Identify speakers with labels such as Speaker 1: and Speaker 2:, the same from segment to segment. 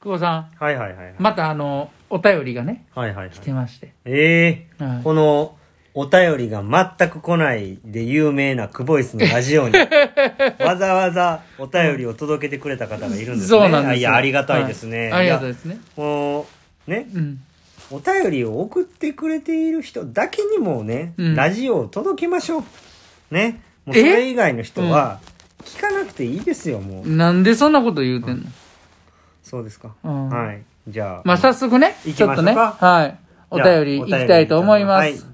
Speaker 1: 久保さん、
Speaker 2: はいはいはいはい。
Speaker 1: またあの、お便りがね、
Speaker 2: はいはいはい
Speaker 1: 来。てまして。
Speaker 2: ええ
Speaker 1: はい
Speaker 2: この、お便りが全く来ないで有名なクボイスのラジ オに、わざわざお便りを届けてくれた方がいるんですね。
Speaker 1: そうなんですよ
Speaker 2: いや、ありがたいですね。
Speaker 1: はいありがたい
Speaker 2: い
Speaker 1: ですね。
Speaker 2: やもう、ね、
Speaker 1: うん。
Speaker 2: お便りを送ってくれている人だけにもね、
Speaker 1: うん
Speaker 2: ラジオを届けましょう。ね。もうそれ以外の人は、聞かなくていいですよ、もう。
Speaker 1: なんでそんなこと言うてんの、
Speaker 2: そうですか。
Speaker 1: うん
Speaker 2: はい。じゃあ。
Speaker 1: まあ、早速ね、
Speaker 2: 行
Speaker 1: ち
Speaker 2: き
Speaker 1: ょ
Speaker 2: ま
Speaker 1: っ
Speaker 2: しょ
Speaker 1: と
Speaker 2: う
Speaker 1: ね、
Speaker 2: か
Speaker 1: はい。お
Speaker 2: じゃあ
Speaker 1: 便り行きたいと思います。。
Speaker 2: お便り行きたいと思いますはい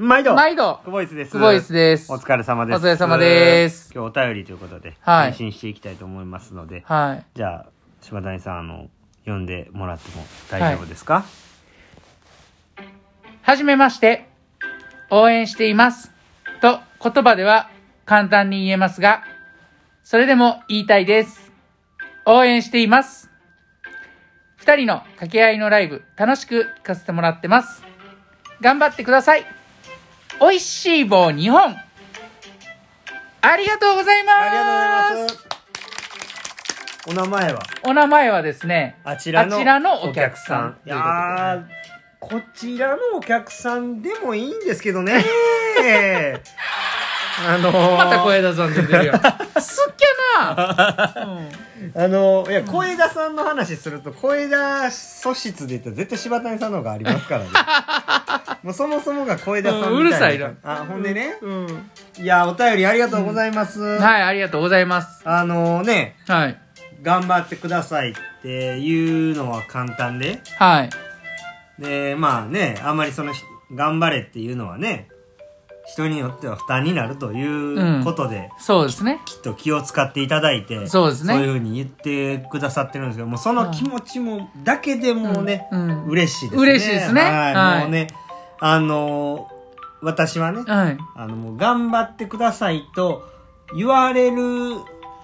Speaker 2: 毎度
Speaker 1: 毎度、
Speaker 2: クボイスです。
Speaker 1: 久保イスです
Speaker 2: お。疲れ様です。
Speaker 1: お疲れ様です
Speaker 2: 今日お便りということで、
Speaker 1: はい
Speaker 2: 配信していきたいと思いますので、
Speaker 1: はい。
Speaker 2: じゃあ、柴谷さん、あの、呼んでもらっても大丈夫ですか、
Speaker 1: はじめまして、応援しています。と言葉では簡単に言えますが、それでも言いたいです。応援しています。二人の掛け合いのライブ、楽しく聞かせてもらってます。頑張ってください。おいしい棒2本。ありがとうございます。
Speaker 2: ありがとうございます。お名前は
Speaker 1: お名前はですね、
Speaker 2: あちらの
Speaker 1: あちらのお客さん
Speaker 2: お客いやーこちらのお客さんでもいいんですけ どね。あのー
Speaker 1: また小枝さん出てるよ。好 きやな、うん
Speaker 2: あのいや小枝さんの話すると小枝素質で言ったら絶対柴谷さんの方がありますから ねもうそもそもが小枝さんみたいな、
Speaker 1: うんうるさいな
Speaker 2: あほんでね、
Speaker 1: うん
Speaker 2: いやお便りありがとうございます、
Speaker 1: はい、ありがとうございます。
Speaker 2: あのね
Speaker 1: はい。
Speaker 2: 頑張ってくださいっていうのは簡単で
Speaker 1: はい。
Speaker 2: でまあねあんまりその頑張れっていうのはね人によっては負担になるということで、
Speaker 1: そうですね。
Speaker 2: きっと気を使っていただいて
Speaker 1: そうですね
Speaker 2: いうふうに言ってくださってるんですけどもうその気持ちもだけでもね、
Speaker 1: うんうん
Speaker 2: 嬉しいですね
Speaker 1: 嬉しいですね
Speaker 2: はい、
Speaker 1: はい
Speaker 2: もうねあのー私はね、
Speaker 1: はい。
Speaker 2: あのもう頑張ってくださいと言われる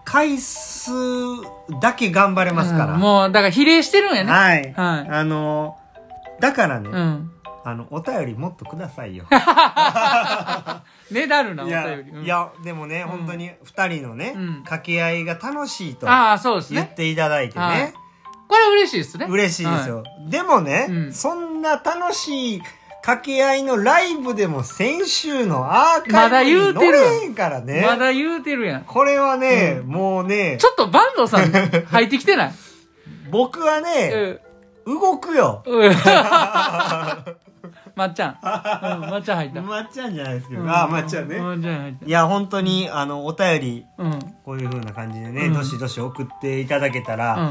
Speaker 2: 回数だけ頑張れますから、
Speaker 1: うんもう、だから比例してるんやね。
Speaker 2: はい、
Speaker 1: はい
Speaker 2: あのーだからね、
Speaker 1: うん。
Speaker 2: あのお便りもっとくださいよ
Speaker 1: ねだ るな、お
Speaker 2: いや
Speaker 1: 便り。うん
Speaker 2: い、やでもね、本当に二人のね、
Speaker 1: うん
Speaker 2: 掛け合いが楽しいと
Speaker 1: ああ、そうです
Speaker 2: 言っ
Speaker 1: ね。
Speaker 2: ていただいてね、
Speaker 1: はいこれ嬉しいですね。
Speaker 2: 嬉しいですよ、でもね、
Speaker 1: うん
Speaker 2: そんな楽しい掛け合いのライブでも先週のアー
Speaker 1: ま
Speaker 2: カ
Speaker 1: だ
Speaker 2: イブ
Speaker 1: 言う
Speaker 2: に乗
Speaker 1: てる
Speaker 2: れへんから
Speaker 1: はい。
Speaker 2: ね、
Speaker 1: まだ言うてるやん。
Speaker 2: これはね、もうね
Speaker 1: ちょっと坂東さん入ってきてない
Speaker 2: 僕は
Speaker 1: う
Speaker 2: ね、
Speaker 1: ん。
Speaker 2: 動くよ
Speaker 1: うん まっちゃん。うん、まっちゃん入った。
Speaker 2: まっちゃんじゃないですけど、
Speaker 1: うん
Speaker 2: あまっちゃんね、
Speaker 1: まっちゃん入っ
Speaker 2: いや本当にあのお便り
Speaker 1: た。うん。
Speaker 2: こういう風な感じでね、
Speaker 1: うん
Speaker 2: どしどし送っていただけたら、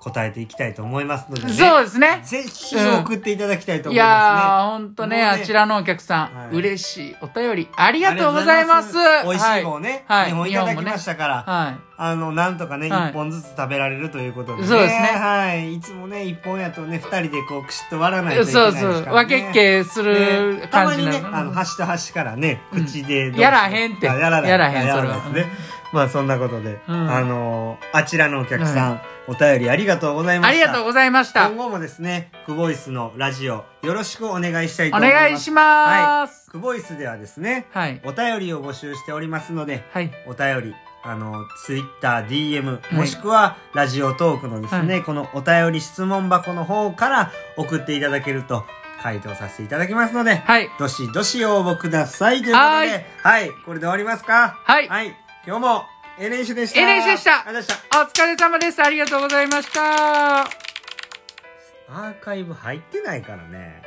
Speaker 2: 答えていきたいと思いますので
Speaker 1: う
Speaker 2: ね
Speaker 1: ん。そうですね。
Speaker 2: ぜひ送っていただきたいと
Speaker 1: い
Speaker 2: 思いますね、
Speaker 1: やー、ほんとね、
Speaker 2: もう
Speaker 1: あ
Speaker 2: ね
Speaker 1: ちらのお客さん、
Speaker 2: はい
Speaker 1: 嬉しいお便り、ありがとうございます。
Speaker 2: ありがとうございます美味しい棒ね、
Speaker 1: はい
Speaker 2: 2本いただきましたから、
Speaker 1: はい。
Speaker 2: あの、なんとかね、一
Speaker 1: はい
Speaker 2: 本ずつ食べられるということで、ね。
Speaker 1: そうですね
Speaker 2: はい。いつもね、一本やとね、二人でこう、くしっと割らないといけな
Speaker 1: そ
Speaker 2: いうで
Speaker 1: そ
Speaker 2: す
Speaker 1: う
Speaker 2: か。ら、ね。
Speaker 1: 分けっけす
Speaker 2: ね
Speaker 1: る
Speaker 2: たま
Speaker 1: 感じな
Speaker 2: にね、あの、端と端からね、
Speaker 1: うん
Speaker 2: 口でどうしよう、
Speaker 1: やらへんって
Speaker 2: あやらない。
Speaker 1: やらへん
Speaker 2: あやら
Speaker 1: それ
Speaker 2: ない
Speaker 1: は
Speaker 2: ですね。まあ、そんなことで、
Speaker 1: うん
Speaker 2: あのー、あちらのお客さん、お便りありがとうございま
Speaker 1: あ
Speaker 2: し
Speaker 1: り
Speaker 2: た。
Speaker 1: がとうございました。
Speaker 2: 今後もですね、クボイスのラジオ、よろしくお願いしたいと
Speaker 1: お
Speaker 2: 思います。
Speaker 1: 願いします。
Speaker 2: クボイスではですね、
Speaker 1: はい。
Speaker 2: お便りを募集しておりますので、
Speaker 1: はい。
Speaker 2: お便り、あの、ツイッター、DM、
Speaker 1: い
Speaker 2: もしくは、ラジオトークのですね、
Speaker 1: は
Speaker 2: このお便り質問箱の方から送っていただけると、回答させていただきますので、
Speaker 1: はい。
Speaker 2: どしどし応募ください。ということ
Speaker 1: は
Speaker 2: で
Speaker 1: い、
Speaker 2: はい、これで終わりますか
Speaker 1: はい
Speaker 2: 今日も、エレンシュでした。
Speaker 1: エレンシュでした
Speaker 2: ありがとうございまし
Speaker 1: お疲れ様です。ありがとうございました。
Speaker 2: た。アーカイブ入ってないからね。